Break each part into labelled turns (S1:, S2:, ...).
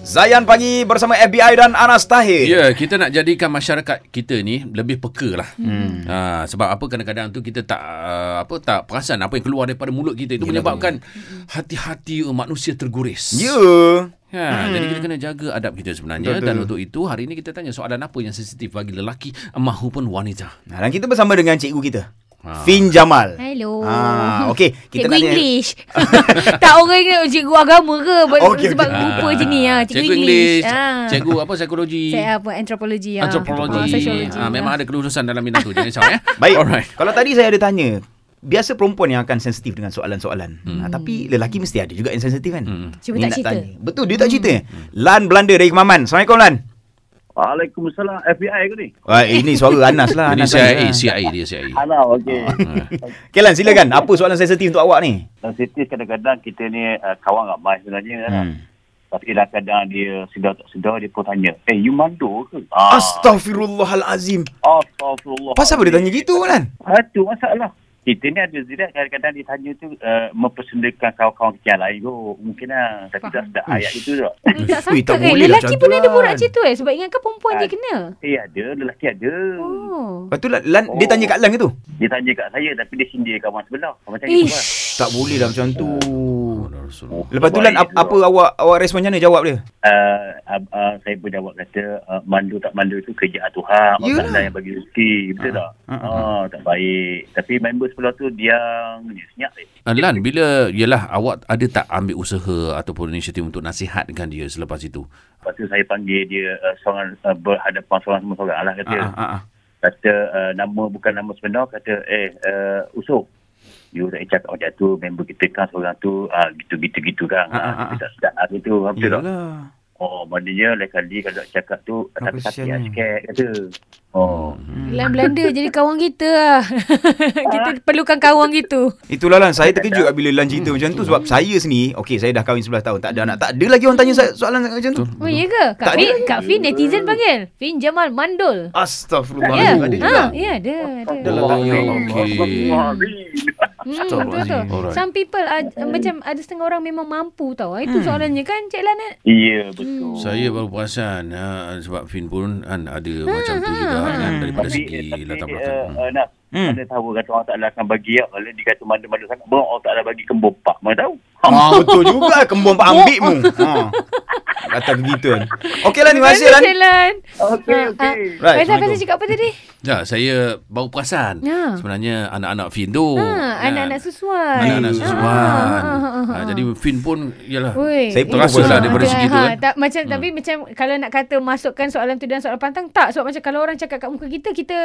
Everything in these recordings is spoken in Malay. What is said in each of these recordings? S1: Zayan pagi bersama FBI dan Anas Tahir.
S2: Ya, yeah, kita nak jadikan masyarakat kita ni lebih peka lah. Hmm. Ha, sebab apa kadang-kadang tu kita tak uh, apa tak perasan apa yang keluar daripada mulut kita itu menyebabkan hati-hati manusia terguris.
S1: Ya.
S2: Ha, hmm. Jadi kita kena jaga adab kita sebenarnya Betul. dan untuk itu hari ini kita tanya soalan apa yang sensitif bagi lelaki maupun wanita.
S1: Nah, dan kita bersama dengan cikgu kita.
S2: Ha.
S1: Fin Jamal.
S3: Hello.
S1: Ah, okey, kita
S3: Kita
S1: nak
S3: cikgu
S1: tanya-
S3: English. tak orang ingat cikgu agama ke Ber-
S1: Oh, Okey,
S3: sebab
S1: okey.
S3: lupa je ni ah cikgu, English. Ah.
S2: Ha. Cikgu apa psikologi.
S3: Saya apa anthropology ah.
S2: Antropologi.
S3: Ah, sociology.
S2: Ah, memang ada kelulusan dalam bidang tu. Jangan risau ya.
S1: Baik.
S2: Alright.
S1: Kalau tadi saya ada tanya, biasa perempuan yang akan sensitif dengan soalan-soalan. Hmm. Ha, tapi lelaki mesti ada juga yang sensitif kan. Hmm.
S3: Cuma tak cerita. Hmm.
S1: Betul, dia tak cerita. Lan Belanda dari Kemaman. Assalamualaikum Lan.
S4: Waalaikumsalam FBI ke ni?
S1: Wah, ini suara Anas lah.
S2: Ini
S1: Anas
S2: CIA,
S1: Anas.
S2: CIA dia CIA.
S4: Alah, okey.
S1: Ah. Okey Lan, silakan. Apa soalan sensitif untuk awak ni?
S4: Sensitif kadang-kadang kita ni uh, kawan ramai sebenarnya. Hmm.
S1: Hmm.
S4: Tapi kadang-kadang dia sedar tak sedar, dia pun tanya, eh, you mandor ke? Ah,
S1: Astaghfirullahalazim.
S4: Astagfirullah.
S1: Pasal apa dia tanya gitu Lan?
S4: Ah, tu masalah. Kita ni ada zidat kadang-kadang dia tanya tu uh, mempersendakan kawan-kawan kita lain kot. Mungkin lah. Tapi
S3: Faham.
S4: tak sedar ayat itu tak.
S3: Hmm, tak
S1: Ui, tak
S3: sangka kan
S1: boleh lah
S3: lelaki
S1: macam
S3: pun
S1: tu,
S3: ada borak
S1: Lan.
S3: macam tu eh sebab ingatkan perempuan je
S4: Ah.
S3: kena.
S4: Eh, ada. Lelaki ada.
S3: Oh.
S1: Lepas tu Lan, Lan dia
S4: Oh.
S1: tanya kat Lan ke tu?
S4: Dia tanya kat saya tapi dia sindir kawan sebelah. Macam itu lah.
S3: Ish.
S1: Tak boleh lah macam tu.
S2: Rasulullah.
S1: Lepas tu Lan, ap- apa awak awak respon macam mana jawab dia?
S4: uh, uh, uh, saya pun jawab kata uh, mandu tak mandu itu kerjaan Tuhan Allah
S1: Yalah.
S4: Taala yang bagi rezeki betul tak
S1: ah, ah,
S4: ah, tak baik tapi member sebelah tu diam dia senyap je.
S2: Ah, Lan, bila yelah awak ada tak ambil usaha ataupun inisiatif untuk nasihatkan dia selepas itu?
S4: lepas tu saya panggil dia uh, seorang uh, berhadapan seorang sama seorang lah kata
S1: Ah, ah, ah.
S4: kata uh, nama bukan nama sebenar kata eh uh, usop you tak cakap macam tu member kita kan seorang tu ah, gitu-gitu gitu kan
S1: Ah, ah,
S4: ah,
S1: ah.
S4: kita tak sedap ah, gitu betul tak
S1: Yalah.
S4: oh maknanya lain kali kalau cakap tu
S1: Ah,
S4: tapi
S1: kesiannya.
S4: sakit lah sikit kata oh
S1: Hmm.
S3: Lan Belanda jadi kawan kita lah. kita perlukan kawan gitu.
S1: Itulah Lan, saya hmm. terkejut bila Lan cerita macam tu sebab saya sendiri, okey saya dah kahwin 11 tahun, tak ada anak, tak ada lagi orang tanya saya soalan macam tu.
S3: Oh ya ke?
S1: Tak
S3: Kak Fin, Kak Fin netizen panggil. Fin Jamal Mandul.
S1: Astagfirullah.
S3: Ya.
S1: Ah, Ada
S3: Ha,
S1: juga.
S3: ya ada, ada.
S1: Dah lah tanya.
S3: Hmm,
S2: Betul,
S3: betul
S2: Aziz.
S3: tau.
S2: Alright.
S3: Some people are,
S4: Hmm.
S3: macam ada setengah orang memang mampu tau. Itu soalannya kan Cik Lan eh?
S4: Ya, betul.
S2: Saya baru perasan ha, sebab Fin pun kan ada macam tu juga
S3: Hmm,
S2: kan daripada segi latar belakang.
S4: eh,
S2: Hmm.
S4: eh, Nas,
S1: Hmm.
S4: mana tahu kata Allah Ta'ala akan bagi ya. Kalau dia kata mana-mana sangat, baru Allah Ta'ala bagi kembopak. Mana tahu?
S1: Ah, betul juga kembang pak ambil mu. Ha. Kata begitu kan. Okey Lan, terima kasih Lan.
S3: Cik Lan. Ah,
S4: Okey, okey.
S1: Right,
S3: Faizal, Faizal
S1: Assalamualaikum.
S3: cakap apa tadi?
S2: Ya, saya baru perasan
S3: Ya.
S2: sebenarnya anak-anak Fin tu. kan.
S3: Ha, anak-anak susuan.
S2: Oh, Anak-anak
S1: Ya.
S2: susuan.
S3: Ah, ah, ah,
S2: Ha,
S3: ah.
S2: jadi Fin pun yalah.
S3: Oi,
S1: Saya
S3: eh,
S1: terasa
S3: ah,
S1: lah daripada
S3: ada,
S2: segi tu, kan.
S3: tak,
S1: Hmm.
S3: macam tapi macam kalau nak kata masukkan soalan tu dan soalan pantang tak sebab macam kalau orang cakap kat muka kita kita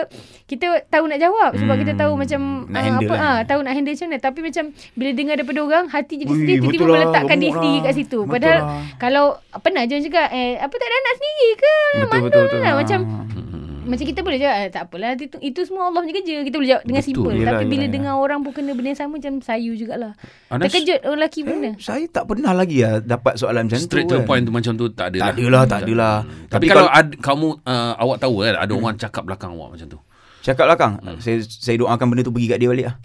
S3: kita tahu nak jawab sebab
S1: Hmm,
S3: kita tahu macam
S1: nak
S3: ah,
S1: handle
S3: apa
S1: lah.
S3: ah, tahu nak handle macam mana tapi macam bila dengar daripada orang hati jadi
S1: Ui,
S3: sendiri tiba-tiba
S1: betul lah,
S3: meletakkan diri
S1: gemuk
S3: sendiri
S1: lah.
S3: kat situ
S1: Betul
S3: padahal
S1: lah.
S3: kalau pernah je cakap eh apa tak ada anak sendiri ke
S1: Betul
S3: Mandul
S1: betul betul.
S3: lah. macam
S1: Ha.
S2: Hmm.
S3: macam kita boleh jawab "Ah, tak apalah itu, itu semua Allah punya kerja kita boleh jawab dengan
S2: Betul.
S3: simple
S1: Yelah,
S3: tapi
S1: yelah,
S3: bila
S1: yelah.
S3: dengar orang pun kena benda yang sama macam sayu jugalah
S2: Anas,
S3: terkejut orang lelaki benda
S1: Saya tak pernah lagi lah dapat soalan macam
S2: Straight
S1: tu.
S2: to the
S1: kan.
S2: point tu macam tu tak ada lah.
S1: Tak
S2: Hmm.
S1: adalah, tak adalah.
S2: Tapi, kalau, ad, kamu uh, awak tahu kan ada orang cakap belakang awak macam tu.
S1: Cakap belakang. Saya saya doakan benda tu pergi kat dia balik lah.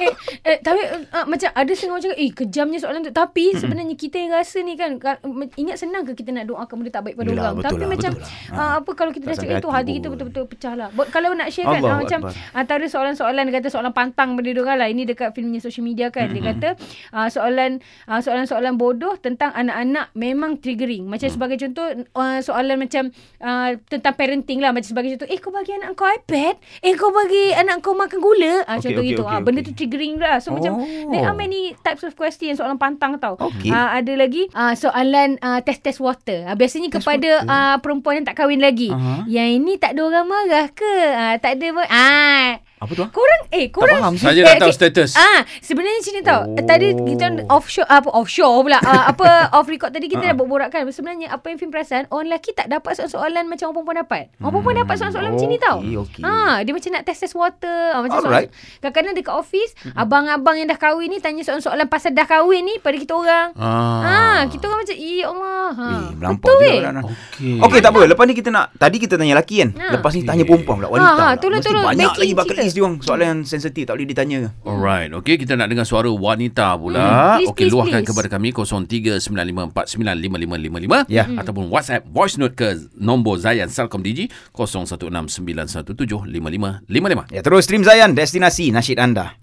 S3: eh, eh, tapi uh, macam ada setengah orang cakap, eh kejamnya soalan tu. Tapi mm-hmm. sebenarnya kita yang rasa ni kan, ka- me- ingat senang ke kita nak doakan benda tak baik pada
S1: Yelah,
S3: orang.
S1: betul
S3: Tapi
S1: lah,
S3: macam
S1: betul lah.
S3: uh, apa kalau kita
S1: Tak
S3: dah cakap
S1: sampai
S3: itu,
S1: hati
S3: hati
S1: pun.
S3: kita betul-betul pecah lah. But, kalau nak share kan,
S1: Allahu
S3: uh, macam
S1: Akbar.
S3: antara soalan-soalan dia kata soalan pantang benda dia orang lah. Ini dekat filmnya social media kan. Dia kata uh, soalan uh, soalan-soalan bodoh tentang anak-anak memang triggering. Macam
S1: Mm.
S3: sebagai contoh, uh, soalan macam uh, tentang parenting lah. Macam sebagai contoh, eh kau bagi anak kau iPad? Eh kau bagi anak kau makan gula? Ah,
S1: Okey,
S3: contoh
S1: okey,
S3: itu.
S1: okey,
S3: ah, benda
S1: okey.
S3: tu triggering lah. So oh. macam there are many types of question soalan pantang tau.
S1: Okey.
S3: Uh, ada lagi uh, soalan uh, test-test water. Uh, biasanya test kepada uh, perempuan yang tak kahwin lagi.
S1: Aha.
S3: Yang ini tak ada orang marah ke? Uh, tak ada mar- ah
S1: Apa tu? ah?
S3: korang eh korang
S1: faham sih.
S2: Saya nak
S3: Eh,
S2: tahu
S3: okey.
S2: status.
S3: Ah, sebenarnya sini tau.
S1: Oh.
S3: Oh. Tadi kita on offshore apa offshore pula. Ah, apa off record tadi kita dah berborak kan. Sebenarnya apa yang Fim perasan, orang lelaki tak dapat soalan-soalan macam orang perempuan dapat. Orang perempuan dapat soalan-soalan macam ni tau.
S1: Okey, okey.
S3: Ah, dia macam nak test test water. Ah, macam
S1: Alright.
S3: soalan. Kadang-kadang dekat office, abang-abang yang dah kahwin ni tanya soalan-soalan pasal dah kahwin ni pada kita orang. Ah, kita orang macam, "Ya Allah." Ha.
S1: Eh, melampau juga
S3: weh.
S1: kan.
S2: Okey.
S1: Okey tak apa Lepas ni kita nak Tadi kita tanya lelaki kan
S3: Ha.
S1: Lepas ni tanya perempuan pula Wanita
S3: Ha, ha,
S1: pula.
S3: tolong,
S1: Mesti
S3: tolong.
S1: banyak
S3: Backing
S1: lagi bucket
S3: cerita.
S1: list nangis dia orang. Soalan yang sensitif tak boleh ditanya ke?
S2: Alright. Okey, kita nak dengar suara wanita
S3: Hmm,
S2: pula.
S3: please,
S2: Okey,
S3: please,
S2: luahkan
S3: please.
S2: kepada kami 0395495555
S1: Ya.
S2: ataupun WhatsApp voice note ke nombor Zayan Salcom Digi 0169175555.
S1: Ya, terus stream Zayan, destinasi nasyid anda.